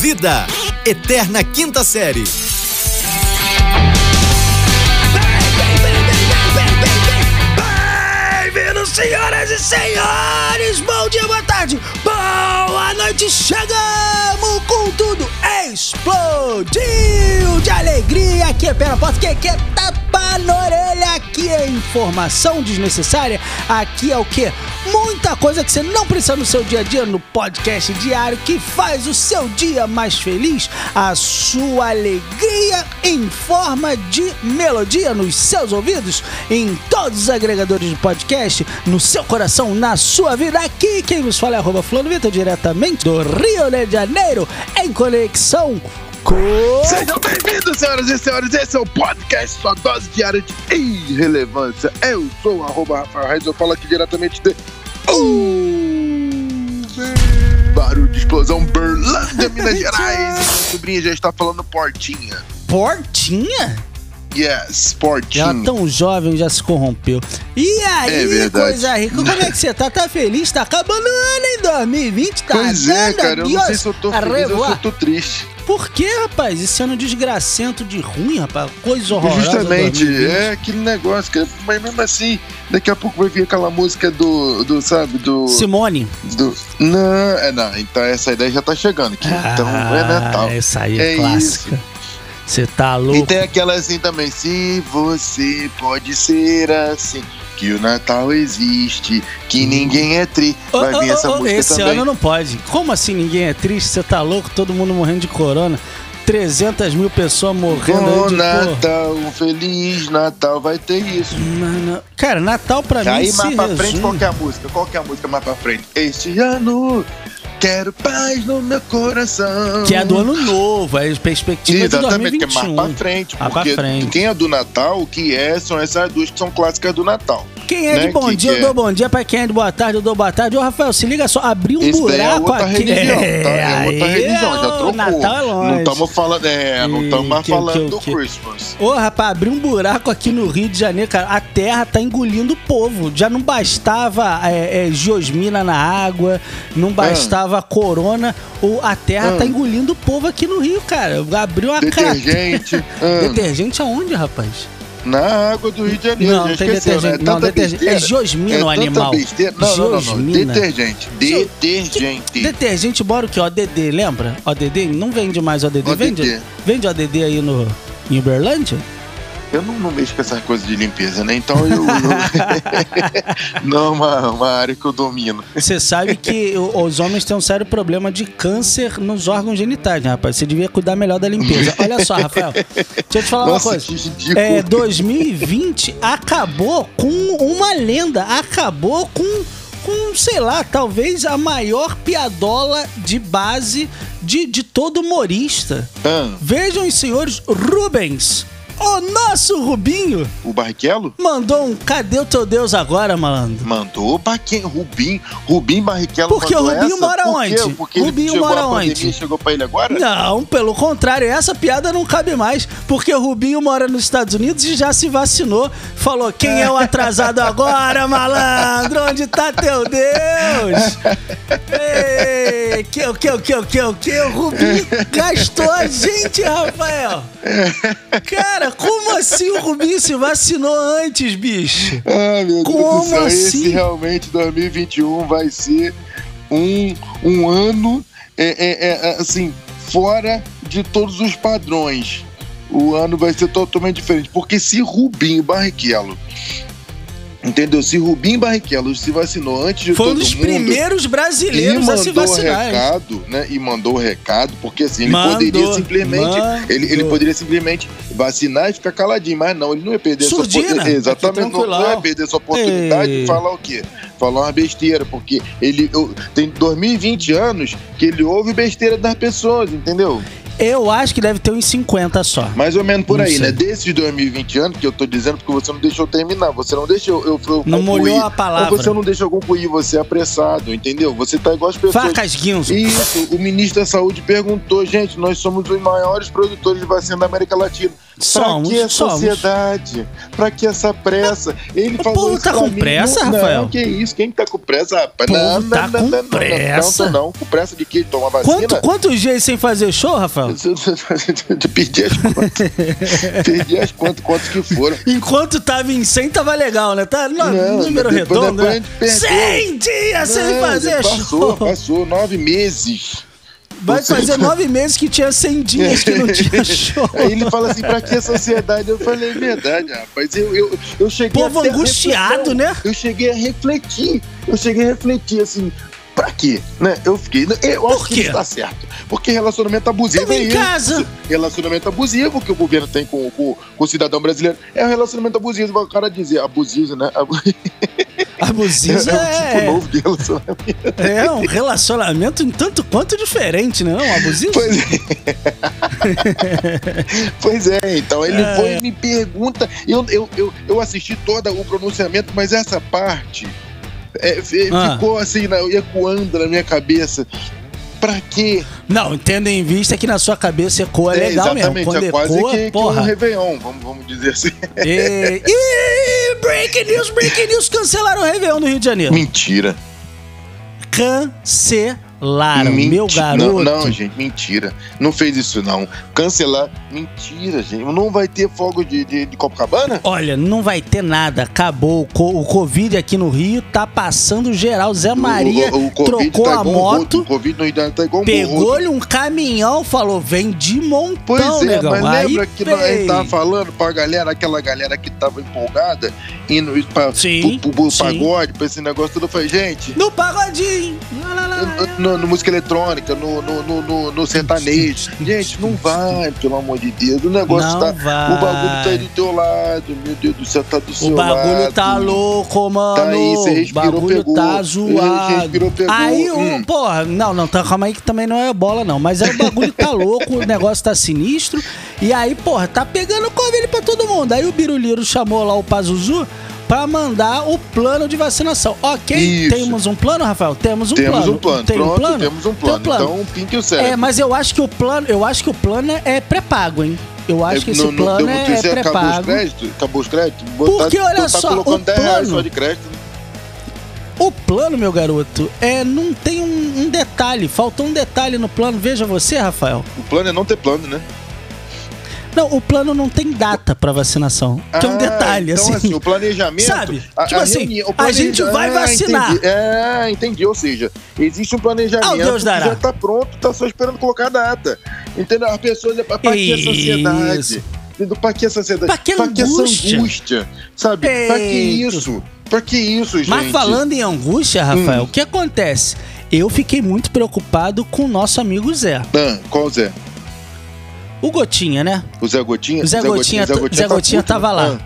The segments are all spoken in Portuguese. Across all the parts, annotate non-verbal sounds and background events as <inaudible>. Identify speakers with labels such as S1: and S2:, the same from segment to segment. S1: Vida, Eterna Quinta Série.
S2: Bem-vindos, senhoras e senhores! Bom dia, boa tarde, boa noite! Chegamos com tudo! Explodiu de alegria aqui é Pera Porta, que aqui é tapa na orelha, aqui é informação desnecessária, aqui é o que? Muita coisa que você não precisa no seu dia a dia, no podcast diário que faz o seu dia mais feliz, a sua alegria em forma de melodia nos seus ouvidos, em todos os agregadores de podcast, no seu coração, na sua vida. Aqui quem nos fala é arroba Fulano Vitor, diretamente do Rio de Janeiro, em conexão com.
S3: Sejam bem-vindos, senhoras e senhores. Esse é o podcast, sua dose diária de irrelevância. Eu sou o arroba Rafael Reis, eu falo aqui diretamente de. Barulho de explosão, Berlândia, Minas Gerais. Minha sobrinha já está falando portinha.
S2: Portinha?
S3: Yes, portinha.
S2: Ela tão jovem já se corrompeu. E
S3: É
S2: aí,
S3: verdade.
S2: coisa rica, como é que você tá? Tá feliz? Tá acabando o ano em 2020? Tá
S3: Pois é,
S2: dando
S3: cara, eu não sei
S2: adeus
S3: se eu tô
S2: a
S3: feliz ou se eu
S2: revoar.
S3: tô triste.
S2: Por que, rapaz? Esse ano é desgracento de ruim, rapaz. Coisa horrorosa.
S3: Justamente,
S2: 2020.
S3: é aquele negócio, cara. Mas mesmo assim, daqui a pouco vai vir aquela música do, do sabe, do...
S2: Simone.
S3: do- Não, é não, então essa ideia já tá chegando. Que, então é Natal.
S2: Ah, Essa aí é,
S3: É
S2: clássica. Você tá
S3: E
S2: louco?
S3: tem aquela assim também, se você pode ser assim, que o Natal existe, que ninguém é tri.
S2: Hum. Ô,
S3: Vai
S2: ô,
S3: vir essa
S2: ô, ô,
S3: música
S2: esse
S3: também.
S2: ano não pode. Como assim ninguém é triste? Você tá louco? Todo mundo morrendo de corona. 300 mil pessoas morrendo aí
S3: Bom
S2: de corona.
S3: Natal, um feliz Natal, vai ter isso.
S2: Mano, cara, Natal pra mim
S3: Aí
S2: Ah, se
S3: mais pra frente, qual
S2: resume.
S3: que é a música? Qual que é a música mais pra frente? Este ano, quero paz no meu coração.
S2: Que é do ano novo, é perspectiva de
S3: Exatamente, que é mais pra
S2: 2021.
S3: frente.
S2: Mais Ah, pra
S3: Porque
S2: frente.
S3: quem é do Natal, o que é, são essas duas que são clássicas do Natal.
S2: Quem é de
S3: né,
S2: bom
S3: que
S2: dia,
S3: que
S2: eu
S3: é.
S2: dou bom dia. Pra quem é de boa tarde, eu dou boa tarde. Ô, Rafael, se liga só, abriu um
S3: Isso daí é
S2: buraco
S3: outra
S2: aqui.
S3: religião, tá? É outra
S2: aí
S3: religião, já
S2: o
S3: trocou.
S2: Natal é longe.
S3: Não estamos falando, é, não
S2: Ih,
S3: estamos mais
S2: que-
S3: falando
S2: que-
S3: do
S2: que-
S3: Christmas.
S2: Ô, rapaz, abriu um buraco aqui no Rio de Janeiro, cara. A terra tá engolindo o povo. Já não bastava é, é, Josmina na água, não bastava corona. Ou a terra
S3: Ah.
S2: tá engolindo o povo aqui no Rio, cara. Abriu a cara.
S3: Detergente ah,
S2: Detergente aonde, rapaz?
S3: na água do Rio de Janeiro.
S2: Não,
S3: já
S2: tem
S3: esqueceu, né?
S2: detergente. Não,
S3: Tanta
S2: detergente. É
S3: besteira.
S2: Josmina o
S3: tanta
S2: animal.
S3: besteira. Não, não, não, não.
S2: Josmina.
S3: Detergente.
S2: Seu-
S3: Detergente.
S2: Detergente, bora o que? ODD, lembra? ODD? Não vende mais ODD.
S3: ODD.
S2: Vende, vende ODD aí no, em Uberlândia?
S3: Eu não, não mexo com essas coisas de limpeza, né? Então
S2: <laughs>
S3: eu. eu- <laughs> não é uma, uma área que eu domino.
S2: Você sabe
S3: <laughs>
S2: que o- os homens têm um sério problema de câncer nos órgãos genitais, né, rapaz? Você devia cuidar melhor da limpeza. Olha só, Rafael, deixa eu te falar
S3: Nossa,
S2: uma
S3: que
S2: coisa.
S3: ridículo.
S2: É, 2020 acabou com uma lenda, acabou com, com, sei lá, talvez a maior piadola de base de, de todo humorista.
S3: Ah,
S2: Vejam os senhores Rubens, o nosso Rubinho,
S3: o Barrichello?
S2: mandou um cadê o teu Deus agora, malandro?
S3: Mandou pra quem? Rubim. Rubim Barrichello
S2: Porque
S3: mandou
S2: o Rubinho
S3: essa?
S2: mora
S3: Por quê?
S2: onde?
S3: Porque ele
S2: Rubinho
S3: chegou
S2: mora
S3: a pandemia
S2: onde?
S3: e chegou pra ele agora?
S2: Não, pelo contrário, essa piada não cabe mais, porque o Rubinho mora nos Estados Unidos e já se vacinou. Falou: quem é o atrasado agora, malandro? Onde tá teu Deus? Ei, que, que, que, que, que, o Rubinho gastou a gente, Rafael. Cara, como assim o Rubinho se vacinou antes, bicho?
S3: Ah, meu
S2: Como
S3: Deus do céu,
S2: assim?
S3: esse realmente 2021 vai ser um, um ano é, é, é, assim, fora de todos os padrões. O ano vai ser totalmente diferente. Porque se Rubinho Barrichello, entendeu? Se Rubinho Barrichello se vacinou antes de
S2: Foi um
S3: todo
S2: dos
S3: mundo
S2: primeiros
S3: e
S2: brasileiros a se
S3: mandou o
S2: vacinar.
S3: recado, né? E mandou o recado, porque assim, ele
S2: Mandou,
S3: poderia simplesmente. Ele, ele
S2: mandou.
S3: poderia simplesmente vacinar e ficar caladinho, mas não, ele não ia perder essa
S2: Surdina,
S3: oportunidade.
S2: né? aqui,
S3: Exatamente, não,
S2: tranquilão.
S3: não ia perder essa oportunidade
S2: Ei.
S3: de falar o quê? Falar uma besteira, porque ele eu- tem 2020 anos que ele ouve besteira das pessoas, entendeu?
S2: Eu acho que deve ter uns 50 só.
S3: Mais ou menos por
S2: Não
S3: aí,
S2: sei.
S3: né? Desses 2020 anos que eu tô dizendo, porque você não deixou terminar, você não deixou eu, eu
S2: Não molhou a
S3: Ou
S2: palavra.
S3: você não deixou eu concluir, você é apressado, entendeu? Você tá igual as pessoas
S2: Facas Guinso.
S3: isso, o ministro da Saúde perguntou, gente, nós somos os maiores produtores de vacina da América Latina. Pra
S2: Somos,
S3: que essa
S2: somos.
S3: ansiedade? Pra que essa pressa? Ele
S2: o
S3: falou
S2: povo
S3: isso
S2: tá
S3: pra
S2: com
S3: mim.
S2: pressa,
S3: não,
S2: Rafael?
S3: Não, que isso? Quem que tá com pressa, rapaz?
S2: O povo
S3: não, não,
S2: tá
S3: não,
S2: com
S3: não, não,
S2: pressa.
S3: Não, não, não, com pressa de quê? De tomar vacina?
S2: Quanto,
S3: <laughs>
S2: quantos dias sem fazer show, Rafael?
S3: De pedir as
S2: <laughs>
S3: contas. Perdi as contas, quantos que foram.
S2: Enquanto tava em 100, tava legal, né? Tá no
S3: Não,
S2: número
S3: depois-
S2: redondo,
S3: depois a
S2: né?
S3: gente perdeu.
S2: 100 dias sem
S3: Não,
S2: fazer
S3: Passou,
S2: show.
S3: passou. Nove meses.
S2: Vai fazer nove meses que tinha 100 dias que não
S3: <laughs>
S2: tinha show.
S3: Aí ele fala assim, pra que essa ansiedade? Eu falei, é verdade, rapaz. Eu, eu, eu cheguei
S2: Povo
S3: até a
S2: angustiado,
S3: reflexão.
S2: né?
S3: Eu cheguei a refletir. Eu cheguei a refletir, assim, pra quê? Né? Eu fiquei... Eu
S2: Por
S3: acho que
S2: quê?
S3: isso tá certo. Porque relacionamento abusivo
S2: Tava
S3: é
S2: em
S3: isso.
S2: casa.
S3: Relacionamento abusivo que o governo tem com, com, com o cidadão brasileiro. É um relacionamento abusivo. O cara dizer abusivo, né? <laughs>
S2: Abusivo
S3: É, um tipo
S2: é,
S3: novo de relacionamento.
S2: é um relacionamento um tanto quanto diferente, né? Um abusivo.
S3: Pois é. pois é, <laughs> então ele foi e me pergunta. Eu, eu, eu, eu assisti todo o pronunciamento, mas essa parte é, f-
S2: Ah.
S3: ficou assim, na, ecoando na minha cabeça. Pra quê?
S2: Não, tendo em vista que na sua cabeça ecoa
S3: É,
S2: legal mesmo.
S3: exatamente,
S2: Quando
S3: é quase
S2: ecoa,
S3: que, que um
S2: porra.
S3: Réveillon, vamos, vamos dizer assim.
S2: E, e- breaking news, breaking news, cancelaram o Réveillon no Rio de Janeiro.
S3: Mentira.
S2: Cancelaram,
S3: Menti-
S2: meu garoto.
S3: Não, não, gente, mentira. Não fez isso, não. Cancelar, mentira, gente. Não vai ter fogo de, de, de Copacabana?
S2: Olha, não vai ter nada. Acabou. O, co- o Covid aqui no Rio tá passando geral. Zé Maria
S3: Covid
S2: trocou
S3: tá
S2: a
S3: igual um roto.
S2: moto,
S3: O Covid no Rio tá igual um burro.
S2: pegou-lhe um caminhão, falou: vem de montão,
S3: Pois é,
S2: então, negão.
S3: mas
S2: Aí,
S3: lembra que nós
S2: pei.
S3: tava falando pra galera, aquela galera que tava empolgada, indo pra,
S2: Sim,
S3: pro, pro- pro
S2: sim.
S3: pagode, pra esse negócio todo, eu falei, gente,
S2: No pagodinho. Lá, lá, lá, lá, lá.
S3: no, no música eletrônica, no, no, no, no,
S2: <laughs>
S3: no sertanejo, gente, não vai, pelo amor de Deus, o negócio
S2: Não
S3: tá...
S2: vai.
S3: O bagulho tá aí do teu lado, meu Deus do céu, tá do seu
S2: O
S3: lado.
S2: bagulho tá louco, mano.
S3: Tá aí, você respirou,
S2: o bagulho
S3: pegou.
S2: tá
S3: Ele
S2: zoado.
S3: respirou, pegou.
S2: Aí, o-
S3: Hum.
S2: porra, não, não, tá, calma aí que também não é bola, não. Mas aí o bagulho tá louco, o negócio tá sinistro. E aí, porra, tá pegando Covid pra todo mundo. Aí o Biruliro chamou lá o Pazuzu pra mandar o plano de vacinação. Ok,
S3: Isso.
S2: temos um plano, Rafael? Temos um
S3: Temos
S2: plano.
S3: um plano,
S2: Tem
S3: pronto,
S2: um plano?
S3: temos um
S2: Tem
S3: plano. Então, pinte o cérebro.
S2: É, mas eu acho que o plano, eu acho que o plano é pré-pago, hein? Eu acho que esse
S3: não- não
S2: plano
S3: deu
S2: é,
S3: muito
S2: é
S3: certo, Acabou os
S2: pré-pago.
S3: créditos? Acabou os créditos? Botar-
S2: Porque olha
S3: tu tá
S2: só,
S3: colocando
S2: o
S3: 10 reais
S2: plano-
S3: só de crédito.
S2: O plano, meu garoto, é não tem um, um detalhe. Faltou um detalhe no plano. Veja você, Rafael.
S3: O plano é não ter plano, né?
S2: Não, o plano não tem data pra vacinação. Tem um
S3: Ah,
S2: detalhe,
S3: então,
S2: assim.
S3: o planejamento.
S2: Sabe? Tipo assim,
S3: reunião- o
S2: a gente vai
S3: Ah,
S2: vacinar.
S3: Entendi. Ah, entendi. Ou seja, existe um planejamento
S2: Ao Deus
S3: que
S2: dará.
S3: já tá pronto, tá só esperando colocar a data. Entendeu? As pessoas, pra pra que a
S2: Isso.
S3: sociedade? Entendeu? Pra que a sociedade?
S2: Pra que angústia?
S3: essa angústia? Sabe? Pra que
S2: Peito.
S3: isso? Pra que isso, gente? Hum.
S2: Mas falando em angústia, Rafael, o que acontece? Eu fiquei muito preocupado com o nosso amigo Zé.
S3: Ah, qual o Zé?
S2: O Gotinha, né?
S3: O É, Zé Gotinha?
S2: O Zé Gotinha, tá-
S3: Zé Gotinha,
S2: Zé Gotinha
S3: puto,
S2: tava
S3: né?
S2: lá.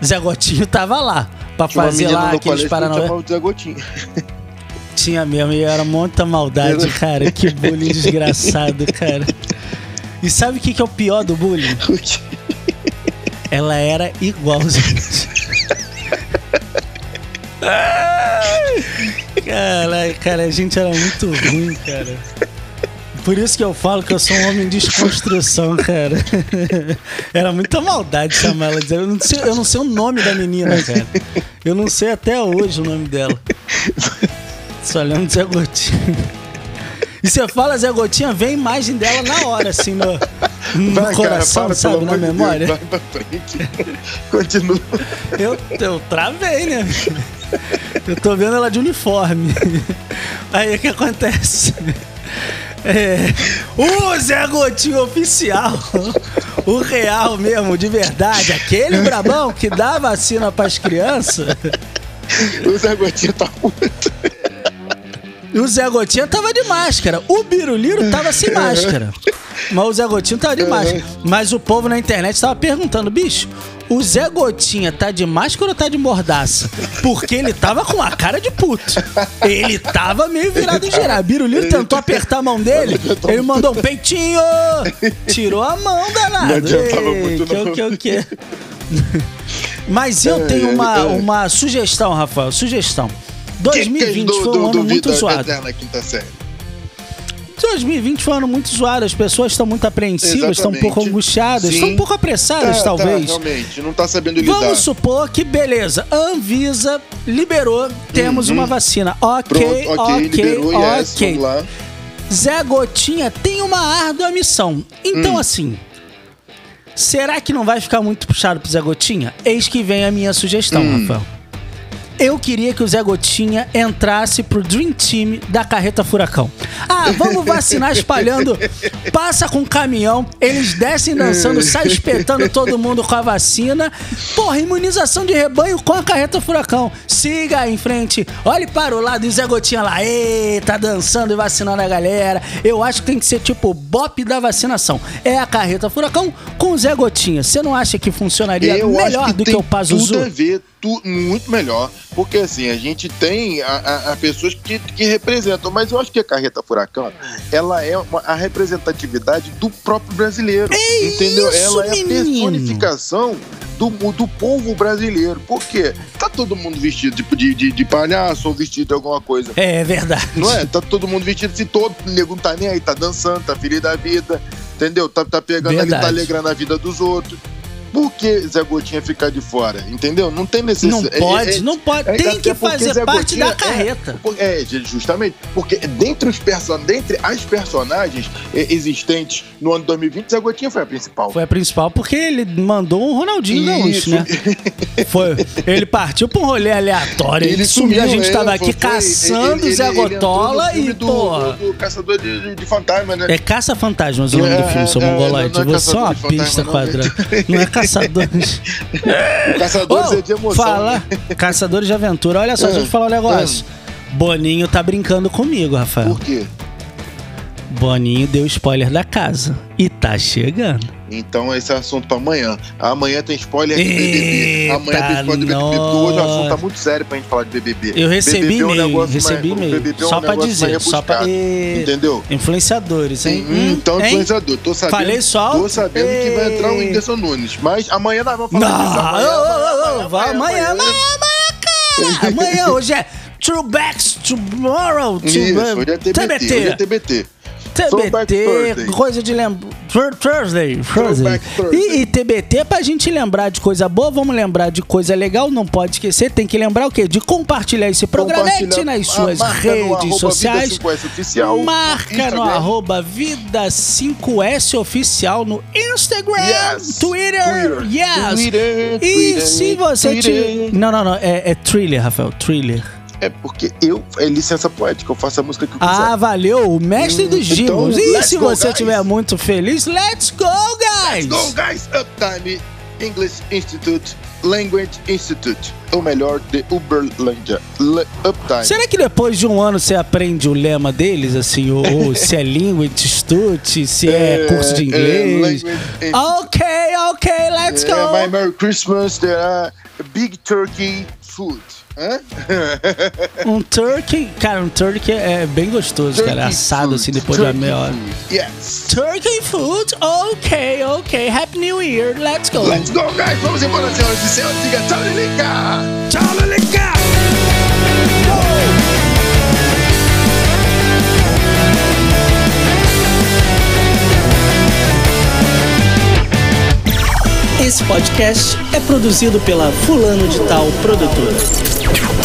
S2: É. Zé Gotinho tava lá. Pra
S3: Tinha uma
S2: fazer
S3: menina
S2: lá
S3: no
S2: aqueles
S3: colégio que eu
S2: paranauê.
S3: chamava de Zé Gotinha.
S2: <laughs> Tinha mesmo, e era muita maldade,
S3: Era-
S2: cara. Que bullying desgraçado, cara. E sabe o que, que é o pior do bullying? Ela era igualzinha. Caralho, cara, a gente era muito ruim, cara. Por isso que eu falo que eu sou um homem de desconstrução, cara. Era muita maldade chamar ela de. Eu não, sei, eu não sei o nome da menina, cara. Eu não sei até hoje o nome dela. Só lembro do Zé Gotinha. E você fala Zé Gotinha, vem a imagem dela na hora, assim, no, no
S3: Vai, cara,
S2: coração,
S3: para,
S2: sabe?
S3: pelo
S2: Na
S3: amor de Deus,
S2: memória.
S3: vai pra frente. <laughs> Continua.
S2: Eu, eu travei, né? Eu tô vendo ela de uniforme. Aí o que acontece? É, o Zé Gotinho oficial, o real mesmo, de verdade, aquele brabão que dá vacina pras crianças.
S3: O Zé Gotinha tá puto.
S2: E o Zé Gotinha tava de máscara. O Biruliro tava sem máscara. Mas o Zé Gotinho tava de
S3: Uhum.
S2: máscara. Mas o povo na internet tava perguntando, bicho, o Zé Gotinha tá de máscara ou tá de mordaça? Porque ele tava com a cara de puto. Ele tava meio virado em geral. Biruliro tentou apertar a mão dele, ele mandou um peitinho! Tirou a mão danado.
S3: Não adiantava
S2: Ei,
S3: muito,
S2: que,
S3: não. É,
S2: Que, que, que. <laughs> Mas eu tenho uma, uma sugestão, Rafael, sugestão. 2020
S3: Quem- quem é
S2: foi um ano muito
S3: duvida
S2: zoado.
S3: eterna quinta série?
S2: 2020 foi um ano muito zoado, as pessoas estão muito apreensivas, estão um
S3: Exatamente.
S2: pouco angustiadas,
S3: Sim.
S2: estão um pouco
S3: Tá,
S2: apressadas,
S3: tá,
S2: talvez.
S3: realmente, não tá sabendo lidar.
S2: Vamos supor que, beleza, Anvisa liberou, temos uma vacina. Ok,
S3: Uhum. Pronto,
S2: ok,
S3: ok, liberou,
S2: ok.
S3: yes, vamos lá.
S2: Zé Gotinha tem uma árdua missão. Então,
S3: Hum.
S2: assim, será que não vai ficar muito puxado pro Zé Gotinha? Eis que vem a minha sugestão,
S3: Hum.
S2: Rafael. Eu queria que o Zé Gotinha entrasse pro Dream Team da Carreta Furacão. Ah, vamos vacinar espalhando. Passa com caminhão, eles descem dançando, sai espetando todo mundo com a vacina. Porra, imunização de rebanho com a Carreta Furacão. Siga em frente, olhe para o lado e o Zé Gotinha lá. Eita, dançando e vacinando a galera. Eu acho que tem que ser tipo o bop da vacinação. É a Carreta Furacão com o Zé Gotinha. Você não acha que funcionaria
S3: Eu
S2: melhor
S3: acho que
S2: do que
S3: tem
S2: o Pazuzu?
S3: Tudo a ver, tu- muito melhor. Porque assim, a gente tem a, a- a pessoas que, que representam, mas eu acho que a Carreta Furacão, ela é uma- a representatividade do próprio brasileiro. entendeu?
S2: isso,
S3: ela é a
S2: menino.
S3: personificação do, mu- do povo brasileiro. Por quê? Tá todo mundo vestido de, de, de, de palhaço ou vestido de alguma coisa.
S2: É verdade. <laughs>
S3: Não é? Tá todo mundo vestido assim, todo nego não tá nem aí, tá dançando, tá feliz da vida, entendeu? Tá, tá pegando ali,
S2: Verdade.
S3: tá alegrando a vida dos outros. Por que Zé Gotinha ficar de fora? Entendeu? Não tem
S2: Não
S3: necessidade.
S2: pode,
S3: é,
S2: não pode.
S3: é, até
S2: Tem que
S3: porque
S2: fazer
S3: Zé
S2: parte
S3: Gotinha
S2: da carreta.
S3: É, é, justamente, porque dentre, os person... dentre as personagens é, existentes no ano 2020, Zé Gotinha foi a principal.
S2: Foi a principal porque ele mandou um Ronaldinho Gaúcho,
S3: Isso.
S2: né?
S3: <laughs>
S2: Foi, ele partiu pra um rolê aleatório. Ele, sumiu, a gente
S3: é,
S2: tava aqui
S3: foi-
S2: caçando
S3: ele- ele-
S2: Zé
S3: ele entrou no
S2: Gotola
S3: filme
S2: e,
S3: do,
S2: porra.
S3: Do, do Caçador de, de- de Fantasma, né?
S2: É Caça-Fantasmas o nome do
S3: É,
S2: filme, seu
S3: é, é,
S2: mongoloide.
S3: não é
S2: Você é uma
S3: Caçador de Fantasma,
S2: pista
S3: não,
S2: quadrada. Não é
S3: <laughs>
S2: Caçadores.
S3: Caçadores
S2: Ô,
S3: é de emoção. É.
S2: Fala,
S3: né?
S2: Caçadores de Aventura. Olha só, deixa eu te falar um negócio. Boninho tá brincando comigo, Rafael.
S3: É. Por quê?
S2: Boninho deu spoiler da casa. E tá chegando.
S3: Então esse é assunto pra amanhã. Amanhã tem spoiler de BBB.
S2: Eita,
S3: Amanhã tem spoiler do BBB. Porque hoje o assunto tá muito sério pra gente falar de BBB.
S2: Eu recebi
S3: BBB é um
S2: e-mail,
S3: negócio
S2: recebi
S3: mais-
S2: e-mail.
S3: BBB é um
S2: Só pra
S3: negócio
S2: dizer,
S3: mais
S2: só pra-
S3: rebuscado,
S2: e-
S3: Entendeu?
S2: Influenciadores, hein?
S3: Hum, então,
S2: hein?
S3: influenciador, tô sabendo.
S2: Falei só?
S3: Tô sabendo que vai entrar o
S2: Ei.
S3: Whindersson Nunes. Mas amanhã nós vamos
S2: Não,
S3: falar disso. Amanhã,
S2: ô, ô, ô, ô, vai amanhã, amanhã, amanhã, cara. Amanhã, hoje é Truebacks Tomorrow.
S3: Isso,
S2: True-
S3: hoje é TBT. Hoje é TBT. Throwback
S2: TBT,
S3: Thursday.
S2: coisa de lembrar. Thursday. Thursday.
S3: Throwback Thursday.
S2: E, e TBT, é pra gente lembrar de coisa boa, vamos lembrar de coisa legal, não pode esquecer. Tem que lembrar o quê? De compartilhar esse programa. Mete
S3: Compartilhar.
S2: nas
S3: Ah,
S2: suas
S3: marca no arroba
S2: redes
S3: Vida
S2: sociais.
S3: 5S Oficial no
S2: marca no
S3: Instagram.
S2: arroba Vida 5S Oficial no Instagram,
S3: Yes.
S2: Twitter,
S3: Twitter.
S2: yes.
S3: Twitter,
S2: e
S3: Twitter,
S2: se você
S3: Twitter.
S2: te... Não, não, não. É, é thriller, Rafael. Thriller.
S3: É porque eu... É licença poética, eu faço a música que eu quiser.
S2: Ah, valeu, o mestre
S3: Hum,
S2: dos gimos.
S3: então,
S2: e
S3: let's
S2: se
S3: go,
S2: você
S3: guys.
S2: estiver muito feliz, let's go, guys!
S3: Go guys, Uptime English Institute Language Institute, ou melhor, The Uberlândia L- Uptime.
S2: Será que depois de um ano você aprende o lema deles, assim, ou,
S3: <laughs>
S2: ou se é língua, institute, se é,
S3: É,
S2: curso de
S3: é,
S2: inglês?
S3: language-
S2: ok, ok, let's
S3: É,
S2: go!
S3: Eh, my Merry Christmas, there are Big Turkey Food. Eh, Hã?
S2: Um turkey, cara, um turkey é bem gostoso, cara,
S3: Turkey
S2: assado
S3: food,
S2: assim depois
S3: turkey
S2: de uma meia hora.
S3: food. Yes.
S2: Turkey food, ok, ok, happy new year, let's go!
S3: Let's go, guys! Vamos embora, senhoras e senhores. Diga tchau, Lilica!
S2: Tchau, Lelica! Esse podcast é produzido pela Fulano de Tal Produtora.